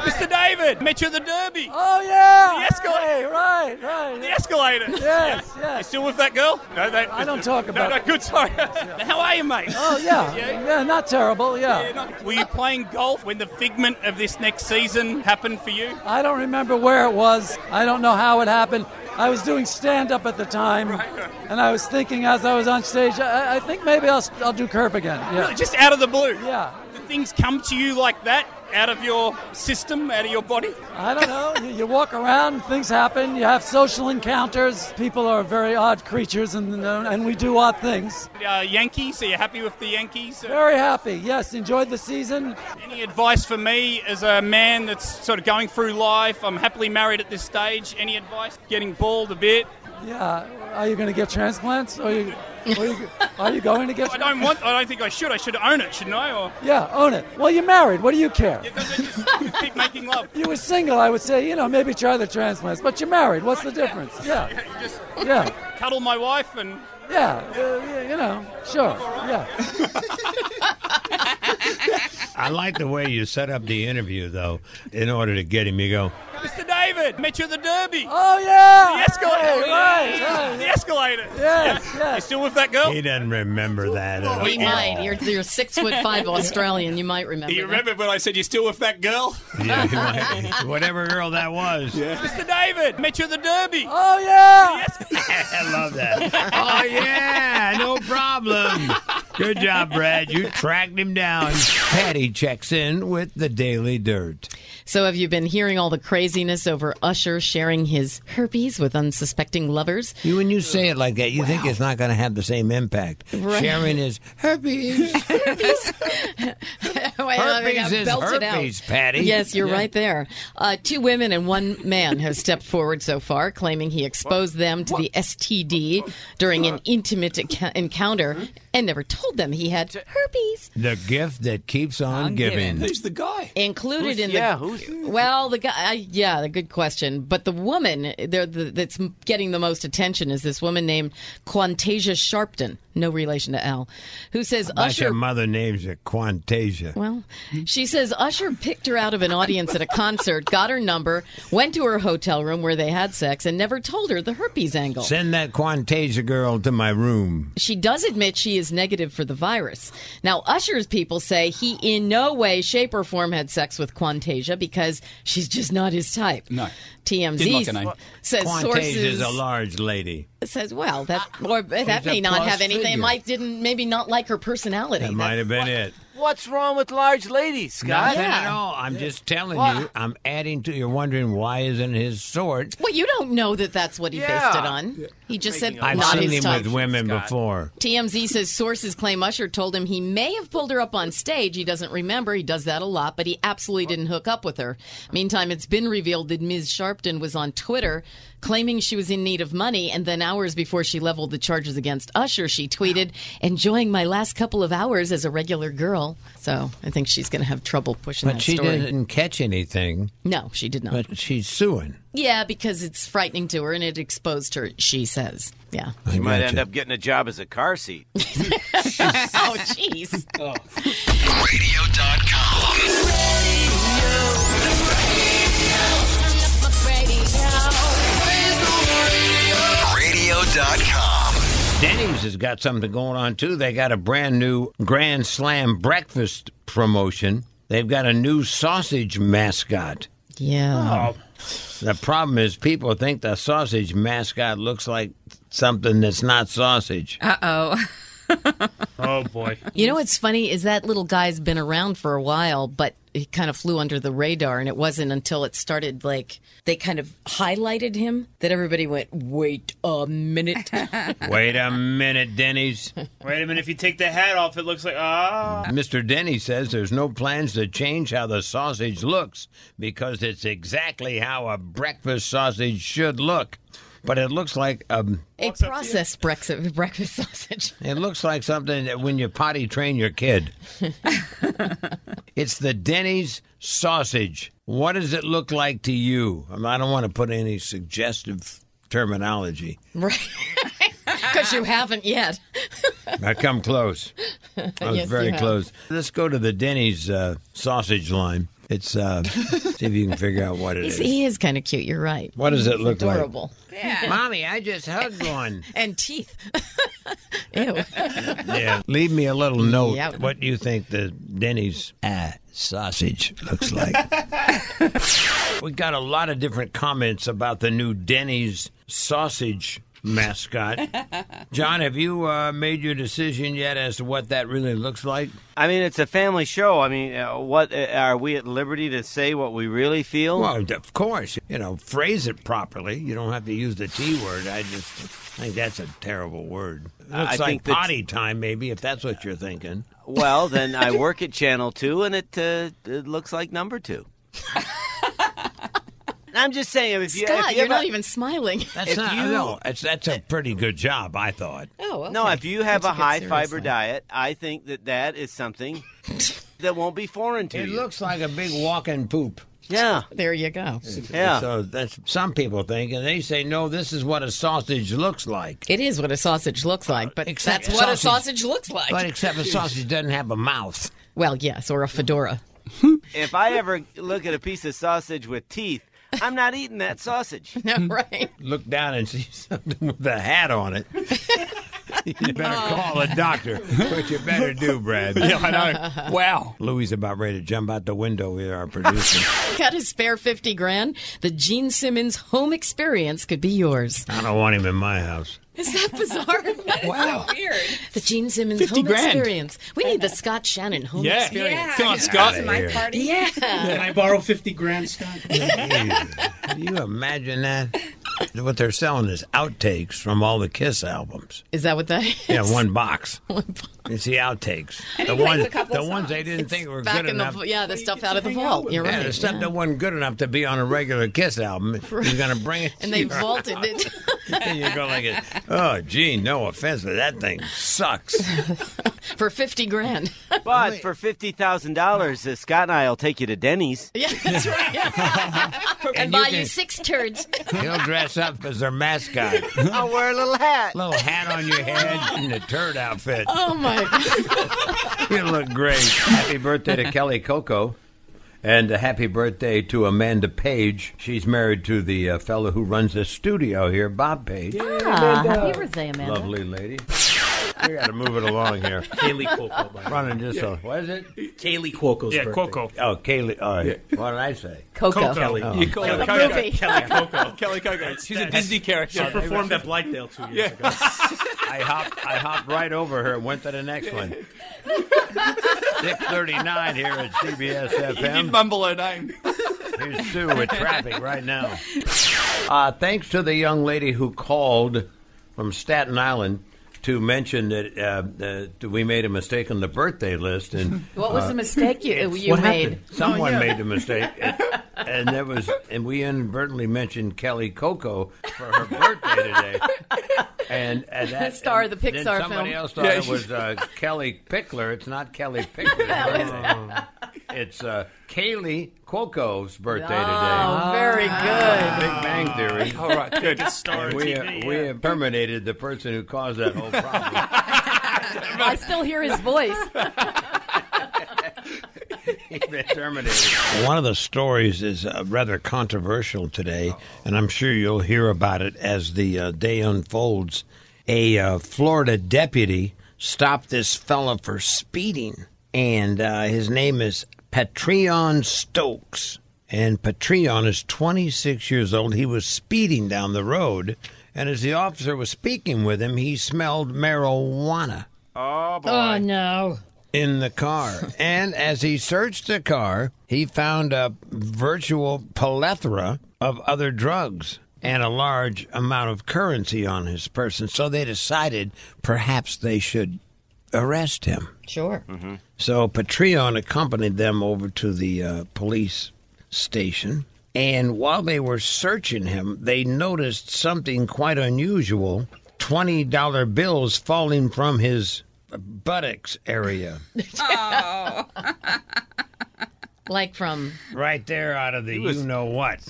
N: Mr. David, met you at the Derby.
O: Oh yeah,
N: the escalator.
O: Right, right.
N: The escalator.
O: Yes,
N: yeah. You still with that girl? No, that.
O: I don't talk about
N: No, no,
O: it.
N: good. Sorry. How are you, mate?
O: Oh yeah, yeah, not terrible. Yeah.
N: not- Were you playing golf when the figment of this next season happened for you?
O: I don't remember where it was. I don't know how it happened. I was doing stand up at the time, and I was thinking as I was on stage, I, I think maybe I'll, I'll do Curb again. Yeah.
N: Really, just out of the blue.
O: Yeah.
N: Do things come to you like that, out of your system, out of your body?
O: I don't know. You, you walk around, things happen. You have social encounters. People are very odd creatures, and and we do odd things.
N: Uh, Yankees, are you happy with the Yankees?
O: Very happy. Yes, enjoyed the season.
N: Any advice for me as a man that's sort of going through life? I'm happily married at this stage. Any advice? Getting bald a bit?
O: Yeah. Are you going to get transplants? Or you, or you, are you going to get?
N: I don't want. I don't think I should. I should own it, shouldn't I? Or
O: Yeah, own it. Well, you're married. What do you care?
N: keep making love.
O: You were single, I would say, you know, maybe try the transplants, but you're married. What's the difference? Yeah,
N: Just
O: Yeah.
N: Cuddle my wife and.
O: yeah, uh, yeah, you know, sure, yeah.
B: I like the way you set up the interview, though, in order to get him. You go,
N: Mr. David, met you at the Derby.
O: Oh yeah.
N: The escalator.
O: Right, right.
N: The escalator.
O: Yes,
N: You still with that girl?
B: he doesn't remember that at
C: We
B: all.
C: might. You're, you're six foot five Australian. You might remember.
N: Do you
C: that.
N: remember when I said you still with that girl?
B: Yeah, he might. Whatever girl that was.
N: Mr. David, met you at the Derby.
O: Oh yeah.
B: I love that. Oh, yeah, no problem. Good job, Brad. You tracked him down. Patty checks in with the Daily Dirt.
C: So, have you been hearing all the craziness over Usher sharing his herpes with unsuspecting lovers?
B: You when you say it like that, you think it's not going to have the same impact.
C: Right.
B: Sharon is herpes.
C: herpes. Oh, I love it. I
B: Herpes is
C: belted out.
B: herpes, Patty.
C: Yes, you're
B: Yeah.
C: right there. Uh, two women and one man have stepped forward so far, claiming he exposed them to the STD during an intimate enc- encounter and never told them he had herpes.
B: The gift that keeps on giving.
C: the guy? Included
B: Who's-
C: in the
B: yeah, who's-
C: well, the guy. I- Yeah, good question. But the woman there the, that's getting the most attention is this woman named Quantasia Sharpton, no relation to Al, who says
B: That's
C: Usher
B: your mother names it Quantasia.
C: well, she says Usher picked her out of an audience at a concert, got her number, went to her hotel room where they had sex, and never told her the herpes angle.
B: Send that Quantasia girl to my room.
C: She does admit she is negative for the virus. Now, Usher's people say he in no way, shape, or form had sex with Quantasia because she's just not his type. No.
B: Didn't like
C: TMZ
B: her name.
C: says
B: Quantasia's
C: sources
B: a large lady.
C: says, well, that or that
B: She's a
C: may not
B: plus
C: have anything.
B: figure.
C: Mike didn't maybe not like her personality.
B: That might have been it.
L: What's wrong with large ladies, Scott?
B: Nothing at all. I'm just telling
L: Why-
B: you. I'm adding to. You're wondering why isn't his sword?
C: Well, you don't know that that's what he based it
L: Yeah.
C: on. He just said
B: I've
C: not
B: seen
C: his
B: him
C: type.
B: with women before.
C: TMZ says sources claim Usher told him he may have pulled her up on stage. He doesn't remember. He does that a lot, but he absolutely didn't hook up with her. Meantime, it's been revealed that Ms. Sharpton was on Twitter claiming she was in need of money, and then hours before she leveled the charges against Usher, she tweeted, "Enjoying my last couple of hours as a regular girl." So I think she's going to have trouble pushing
B: But
C: that
B: she
C: story.
B: didn't catch anything.
C: No, she did not.
B: But she's suing.
C: Yeah, because it's frightening to her and it exposed her. She says, "Yeah."
L: You might end up getting a job as a car seat.
C: oh, jeez.
P: Radio.com.
B: Denny's has got something going on too. They got a brand new Grand Slam breakfast promotion. They've got a new sausage mascot. Oh.
C: Yeah.
B: The problem is people think the sausage mascot looks like something that's not sausage.
C: Uh oh.
B: Oh boy.
C: You know what's funny is that little guy's been around for a while, but he kind of flew under the radar, and it wasn't until it started like they kind of highlighted him that everybody went, "Wait a minute."
B: Wait a minute, Denny's.
H: Wait a minute. If you take the hat off, it looks like ah.
B: Mr. Denny says there's no plans to change how the sausage looks because it's exactly how a breakfast sausage should look. But it looks like a
C: a processed breakfast breakfast sausage.
B: It looks like something that when you potty train your kid. it's the Denny's sausage. What does it look like to you? I, mean, I don't want to put any suggestive terminology.
C: Right. Because you haven't yet.
B: I come close. I was
C: Yes,
B: very
C: you have.
B: close. Let's go to the Denny's uh, sausage line. It's uh, see if you can figure out what it
C: He's,
B: is.
C: he is kind of cute. You're right.
B: What does it look like?
C: Adorable. like?
B: Yeah. Mommy, I just hugged one.
C: and teeth. Ew.
B: Yeah, leave me a little note.
C: Yeah.
B: What you think the Denny's ah, sausage looks like? we got a lot of different comments about the new Denny's sausage mascot. John, have you uh, made your decision yet as to what that really looks like?
L: I mean, it's a family show. I mean, uh, what uh, are we at liberty to say what we really feel?
B: Well, of course, you know, phrase it properly. You don't have to use the T word. I just think that's a terrible word. Looks
L: I
B: like
L: think that's-
B: potty time, maybe, if that's what you're thinking.
L: Well, then I work at Channel 2, and it, uh, it looks like number two. I'm just saying, if you,
C: Scott,
L: if you
C: you're
L: ever-
C: not even smiling.
B: That's not, no, it's, that's a pretty good job, I thought.
C: Oh,
L: No,
C: okay.
L: if you have
C: That's
L: a
C: good
L: high
C: serious
L: fiber
C: sign.
L: diet, I think that that is something that won't be foreign to
B: It
L: you.
B: looks like a big walking poop.
L: Yeah.
C: There you go.
L: Yeah.
B: So that's some people think, and they say, no, this is what a sausage looks like. Uh,
C: It is what a sausage looks like, but
B: Except
C: that's what a
B: sausage-
C: sausage looks like.
B: But except a sausage doesn't have a mouth.
C: Well, yes, or a fedora.
L: If I ever look at a piece of sausage with teeth, I'm not eating that sausage.
C: No, right.
B: Look down and see something with a hat on it. you better
C: Oh.
B: call a doctor. What you better do, Brad.
N: Yeah, I know.
B: Wow. Louie's about ready to jump out the window here, our producer.
C: Got a spare 50 grand? The Gene Simmons home experience could be yours.
B: I don't want him in my house.
C: Is that bizarre? that
M: is Wow. so weird.
C: The Gene Simmons
M: 50
C: home
M: grand.
C: experience. We need the Scott Shannon home
M: Yeah.
C: experience.
M: Yeah. Come on,
B: Get Scott. outta here.
C: Yeah.
D: Can I borrow 50 grand, Scott?
B: Can you imagine that? What they're selling is outtakes from all the Kiss albums.
C: Is that what that is?
B: Yeah, one box. It's the outtakes.
C: And
B: The
C: he plays
B: ones,
C: a
B: the
C: couple
B: ones they didn't
C: It's
B: think were
C: back
B: good
C: in
B: enough.
C: The, yeah, the stuff out of the vault. You're
B: yeah,
C: right.
B: the stuff
C: yeah.
B: that wasn't good enough to be on a regular Kiss album. You're gonna bring it,
C: And they vaulted it.
B: and you're gonna like it. Oh, gee, no offense, but that thing sucks.
C: for 50 grand.
L: But for fifty thousand dollars, uh, Scott and I will take you to Denny's.
C: Yeah, that's right. and
B: And you
C: buy you,
B: can-
C: six turds.
B: He'll dress up as their mascot.
C: Oh,
L: I'll wear a little hat.
B: Little hat on your head and a turd outfit.
C: Oh my
B: You look great. Happy birthday to Kelly Coco. And a happy birthday to Amanda Page. She's married to the uh, fellow who runs the studio here, Bob Page.
P: Ah, happy birthday, Amanda.
B: Lovely lady. We got to move it along here.
P: Kaylee Cuoco, by the way.
B: Running just
P: Yeah.
B: a, what is it?
P: Kaylee Cuoco's
B: Yeah,
P: birthday.
B: Cuoco. Oh, Kaylee. All right. What did I say? Oh.
P: Coco. Coco.
B: Kelly.
P: You call
B: Kelly.
P: her
B: Coco.
P: Coco. Kelly Coco. Kelly Coco. She's a Disney character.
B: Yeah,
P: She performed at Blightdale two years ago.
B: I hopped, I hopped right over her and went to the next one. 639 here at CBS FM.
I: You did mumble her name.
B: Here's Sue with traffic right now. Uh, thanks to the young lady who called from Staten Island to mention that uh, uh, we made a mistake on the birthday list. And
P: What was
B: uh,
P: the mistake you-
B: it's-
P: you What made? happened?
B: Someone
P: Oh, yeah.
B: made a mistake, and, and there was, and we inadvertently mentioned Kelly Coco for her birthday today. And, and that,
P: The star of the
B: and then
P: Pixar
B: somebody
P: film.
B: else thought
P: Yeah,
B: it was uh, Kelly Pickler. It's not Kelly Pickler. Oh. It's uh, Kaylee Cuoco's birthday today.
P: Oh, very
B: Uh, Big Bang Theory.
P: All right, good. Good
D: star
B: And
P: of
B: we,
P: TV,
B: we imperminated the person who caused that whole problem.
P: I still hear his voice.
B: He's been terminated. One of the stories is uh, rather controversial today, and I'm sure you'll hear about it as the uh, day unfolds. A uh, Florida deputy stopped this fella for speeding, and uh, his name is Patreon Stokes. And Patreon is 26 years old. He was speeding down the road, and as the officer was speaking with him, he smelled marijuana
L: Oh
C: Oh no.
B: in the car. and as he searched the car, he found a virtual plethora of other drugs and a large amount of currency on his person. So they decided perhaps they should arrest him.
C: Sure.
B: So Patreon accompanied them over to the uh, police station. And while they were searching him, they noticed something quite unusual $20 bills falling from his uh, buttocks area.
M: Oh.
C: Like from
B: right there out of the you know what.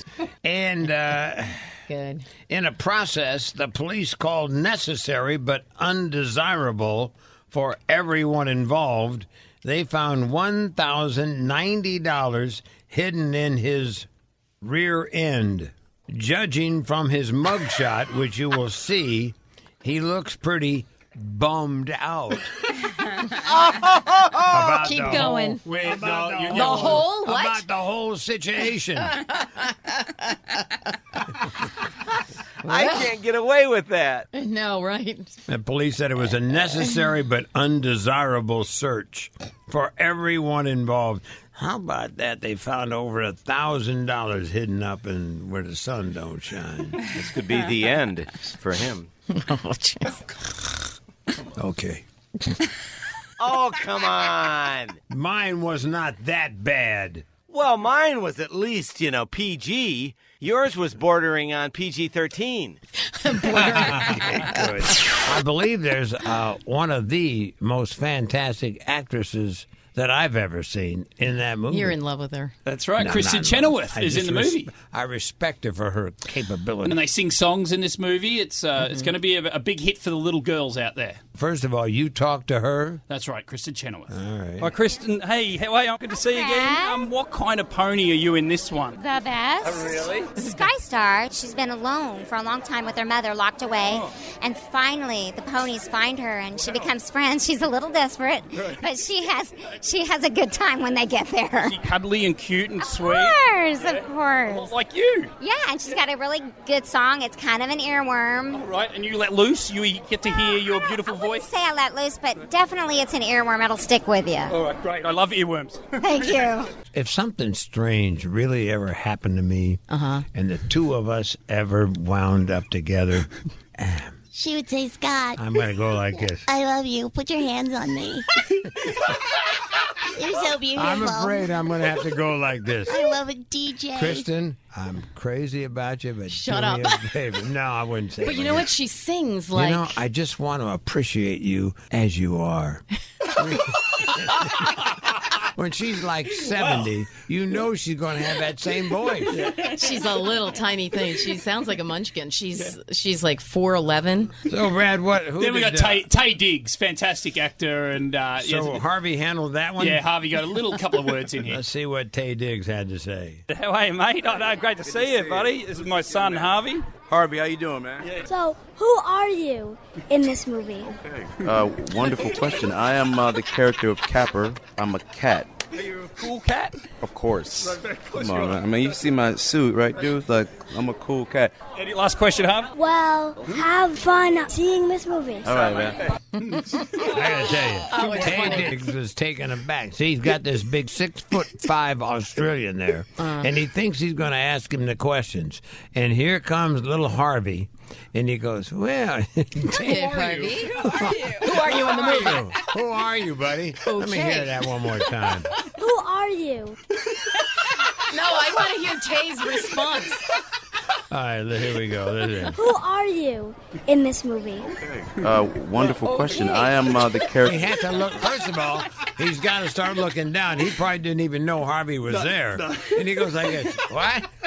B: And uh,
C: good.
B: In a process, the police called necessary but undesirable for everyone involved. They found one thousand ninety dollars hidden in his rear end. Judging from his mugshot, which you will see, he looks pretty bummed out.
L: Oh!
B: About
C: Oh, Keep
B: the whole-
C: going.
B: wait, no, you
C: the
B: know-
C: whole what?
B: About the whole situation.
L: I can't get away with that.
C: No, right?
B: The police said it was a necessary but undesirable search for everyone involved. How about that? They found over a thousand dollars hidden up in where the sun don't shine. This
L: could be the end for him.
B: okay.
L: Oh, come on.
B: Mine was not that bad.
L: Well, mine was at least, you know, PG. Yours was bordering on PG 13.
B: I believe there's uh, one of the most fantastic actresses that I've ever seen in that movie.
C: You're in love with her.
B: That's
I: right. Kristen Chenoweth is in the movie.
B: I respect her for her capability.
I: And they sing songs in this movie. It's uh, it's
C: Mm-hmm.
B: Mhm.
I: going to be a, a big hit for the little girls out there.
B: First of all, you talk to her.
I: That's right, Kristen Chenoweth.
B: All right.
I: Hi, Oh, Kristen. Hey, how are you? Good to see you again. Um, what kind of pony are you in this one?
Q: The best.
I: Oh, really?
Q: Sky Star, she's been alone for a long time with her mother, locked away.
I: Oh.
Q: And finally, the ponies find her and she becomes friends. She's a little desperate,
I: Right.
Q: but she has she has a good time when they get there.
I: Cuddly and cute and sweet.
C: Ah.
Q: Of course, of course.
I: Like you.
Q: Yeah, and she's got a really good song. It's kind of an earworm.
I: Right, and you let loose. You get to hear your beautiful voice.
Q: Say I let loose, but definitely it's an earworm. It'll stick with you.
I: All right, great. I love earworms.
Q: Thank you.
B: If something strange really ever happened to me,
C: Uh-huh.
B: and the two of us ever wound up together,
R: She would say, Scott,
B: I'm going to go like this.
R: I love you. Put your hands on me. You're so beautiful.
B: I'm afraid I'm going to have to go like this.
R: I love a DJ.
B: Kristen, I'm crazy about you, but
C: Shut
B: do
C: up.
B: me a favor. No, I wouldn't say. it
C: But you
B: like
C: know
B: that.
C: what? She sings
B: You
C: like.
B: know, I just want to appreciate you as you are. when she's like 70, you know she's going to have that same voice.
C: She's a little tiny thing. She sounds like a munchkin. She's she's like four eleven.
B: So Brad, what? uh,
I: then we got Tay, Tay Diggs, fantastic actor, and uh,
B: So
I: yes-
B: Harvey handled that one?
I: Yeah, Harvey got a little couple of words in here.
B: Let's see what Tay Diggs had to say.
N: Hey, mate. Oh, no, great to see you, buddy. This is my son, Harvey.
S: Harvey, how you doing, man? So, who are you in this movie? Uh, wonderful question. I am uh, the character of Capper. I'm a cat.
N: Are you a cool cat?
S: Of course.
N: Right, of course
S: Come
N: you are.
S: on, man. I mean, you see my suit, right, dude? Like, I'm a cool cat.
N: Any last question, Harvey?
S: Well, have fun seeing this movie. All right, man.
B: I gotta tell
S: Oh,
B: you,
S: it's
B: Tay
S: funny.
B: Diggs was taken aback. See, he's got this big six foot five Australian there,
T: Uh.
B: and he thinks he's going to ask him the questions. And here comes little Harvey, and he goes, "Well, Tay,
C: Harvey. Who are you in the movie?
B: who are you, buddy? Let me
C: Okay.
B: hear that one more time."
S: Who are you?
C: No, I want to hear Tay's response.
B: All right, here we go. This is
S: Who are you in this movie? Uh, wonderful
C: Oh,
S: question. I am uh, the
B: He
S: character.
B: had to look. First of all, he's got to start looking down. He probably didn't even know Harvey was
S: No,
B: there,
S: no.
B: and he goes like this: "What?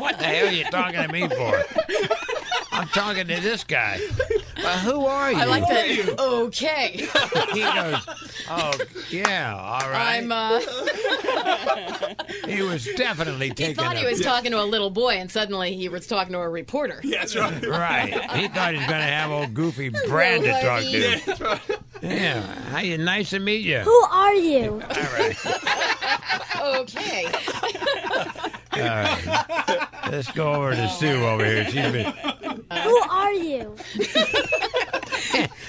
B: what the hell are you talking to me for? I'm talking to this guy. But who are you?
C: I like that. Okay.
B: He goes, "Oh yeah, all right."
C: I'm. Uh,
B: He was definitely
C: he
B: taking.
C: thought he
B: a-
C: was talking to a little boy, and suddenly he was talking to a reporter. Yeah, that's right.
B: Right. He thought he was going to have old goofy Brad to talk to.
C: Yeah,
B: Yeah. How you? Nice to meet you.
S: Who are you?
C: okay.
B: All right. Let's go over to Sue over here. She's been.
S: Who are you?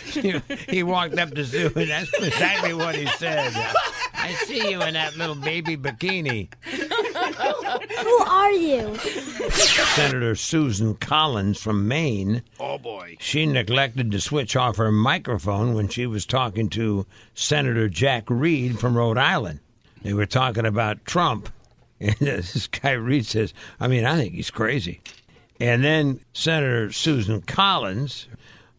B: he, he walked up to Sue, and that's exactly what he said. I see you in that little baby bikini.
S: Who are you?
B: Senator Susan Collins from Maine.
S: Oh, boy.
B: She neglected to switch off her microphone when she was talking to Senator Jack Reed from Rhode Island. They were talking about Trump. And this guy Reed says, I mean, I think he's crazy. And then Senator Susan Collins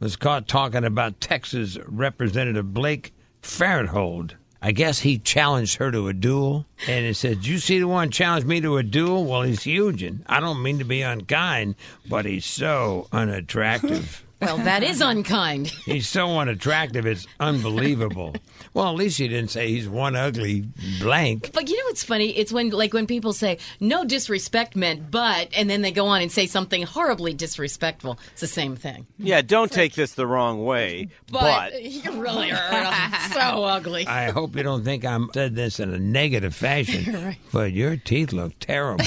B: was caught talking about Texas Representative Blake Farenthold. I guess he challenged her to a duel. And it said, You see the one challenged me to a duel? Well, he's huge. And I don't mean to be unkind, but he's so unattractive.
C: Well, that is unkind.
B: He's so unattractive, it's unbelievable. well, at least you didn't say he's one ugly blank.
C: But you know what's funny? It's when like when people say no disrespect meant but, and then they go on and say something horribly disrespectful. It's the same thing.
L: Yeah, don't take this the wrong way, but,
C: you really are so ugly.
B: I hope you don't think I am said this in a negative fashion,
C: Right.
B: but your teeth look terrible.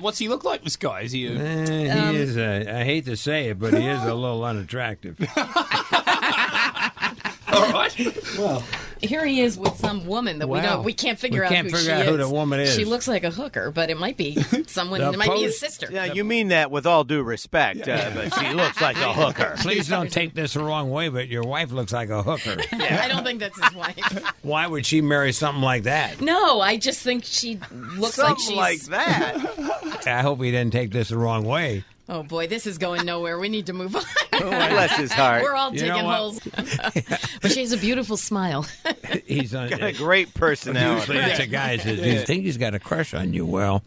I: What's he look like, this guy? Is he a...
B: Eh, he
I: Um,
B: is. A, I hate to say it, but he is a little unattractive.
I: All right.
B: Well,
C: Here he is with some woman that we
B: Wow.
C: don't we can't figure
B: We
C: out
B: can't
C: who
B: figure
C: she
B: out who
C: is.
B: the woman is.
C: She looks like a hooker, but it might be someone.
L: The
C: it might be his
L: post-
C: sister.
L: yeah, you mean that with all due respect, uh, but she looks like a hooker.
B: Please don't take this the wrong way, but your wife looks like a hooker.
C: I don't think that's his wife.
B: Why would she marry something like that?
C: No, I just think she looks like she's
L: Something like that.
B: I hope he didn't take this the wrong way.
C: Oh boy, this is going nowhere. We need to move on.
B: Oh, bless his heart.
C: We're all
B: You know
C: digging
B: what?
C: holes. but she has a beautiful smile.
B: He's on,
L: Got a great personality.
B: Usually it's a guy who says, "Do you
L: Yeah.
B: think he's got a crush on you?" Well,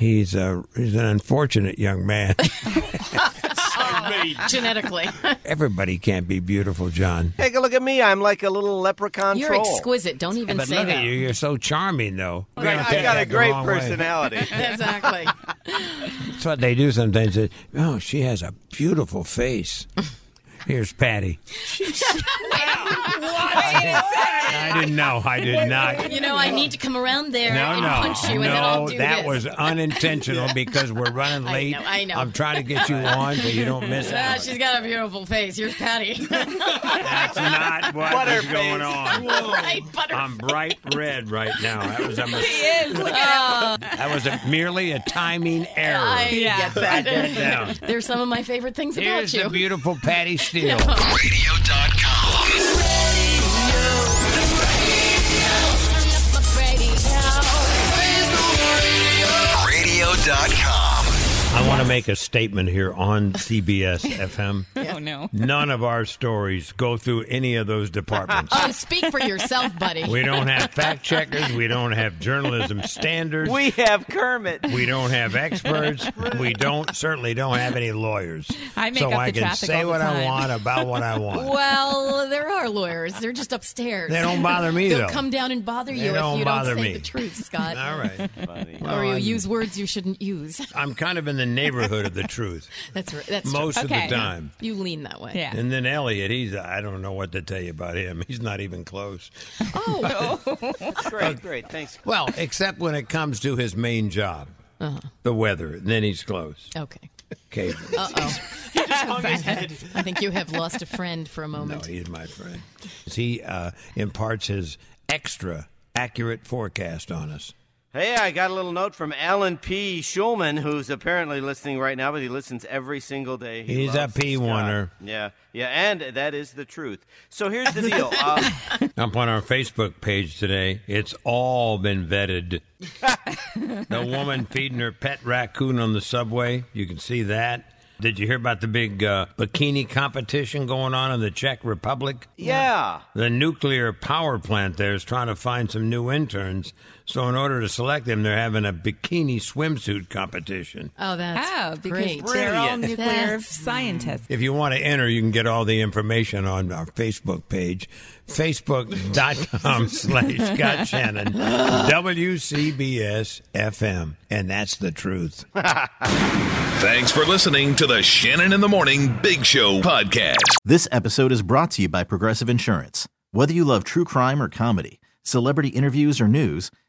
B: he's a he's an unfortunate young man.
C: Genetically.
B: Everybody can't be beautiful, John.
L: Take a look at me. I'm like a little leprechaun
C: You're
L: troll.
C: exquisite. Don't even
B: but
C: say
B: look
C: that.
B: at you. You're so charming, though. You're gonna
L: I
B: take
L: got
B: that
L: a
B: the
L: great
B: wrong way.
L: personality.
C: exactly.
B: That's what they do sometimes. They, oh, she has a beautiful face. Here's Patty. I didn't know. I did not.
C: You know, I need to come around there
B: No,
C: and
B: no,
C: punch you,
B: no,
C: and then I'll do
B: that
C: this.
B: was unintentional because we're running
C: I
B: late.
C: know, I know.
B: am trying to get you on so you don't miss
C: Ah,
B: out.
C: she's got a beautiful face. Here's Patty. That's
B: not what was going on.
C: right, butter.
B: I'm bright red right now. That was a
C: he
B: mis-
C: is. Look at him.
B: that was a, merely a timing error.
C: I get that.
B: Write down.
C: There's some of my favorite things
B: Here's
C: about
B: the
C: you.
B: beautiful Patty Steele.
U: Radio.com.
B: I want to make a statement here on CBS FM.
M: Oh no.
B: None of our stories go through any of those departments.
C: Oh, speak for yourself, buddy.
B: We don't have fact checkers. We don't have journalism standards.
L: We have Kermit.
B: We don't have experts. We don't certainly don't have any lawyers.
C: I make
B: so
C: up
B: I
C: the
B: can
C: traffic
B: say
C: all the
B: what I
C: time.
B: want about what I want.
C: Well, there are lawyers. They're just upstairs.
B: They don't bother me,
C: They'll
B: though.
C: come down and bother
B: They
C: you
B: don't
C: if you
B: bother
C: don't say
B: me.
C: the truth, Scott.
B: All right.
C: or you
B: I'm-
C: use words you shouldn't use.
B: I'm kind of in the neighborhood of the truth.
C: That's right. That's true.
B: Most of the Okay. time.
C: You lean that way.
B: And then Elliot, he's I don't know what to tell you about him. He's not even close.
C: Oh,
L: great, great. Thanks.
B: Well, except when it comes to his main job,
C: Uh-huh.
B: the weather. Then he's close.
C: Okay.
B: Okay.
C: Uh oh. I think you have lost a friend for a
B: No,
C: moment.
B: he's my friend. He uh, imparts his extra accurate forecast on us.
L: Hey, I got a little note from Alan P. Schulman, who's apparently listening right now, but he listens every single day. He
B: he's a
L: loves
B: P
L: Scott.
B: oneer.
L: Yeah, yeah, and that is the truth. So here's the deal. Uh,
B: Up on our Facebook page today, it's all been vetted. the woman feeding her pet raccoon on the subway, you can see that. Did you hear about the big uh, bikini competition going on in the Czech Republic?
L: yeah.
B: The nuclear power plant there is trying to find some new interns. So, in order to select them, they're having a bikini swimsuit competition.
C: Oh, that's
E: oh, because
C: great.
E: they're all
C: Brilliant.
E: nuclear
C: That's-
E: scientists.
B: If you want to enter, you can get all the information on our Facebook page, facebook.com slash Scott Shannon, WCBS FM. And that's the truth.
U: Thanks for listening to the Shannon in the Morning Big Show podcast.
T: This episode is brought to you by Progressive Insurance. Whether you love true crime or comedy, celebrity interviews or news,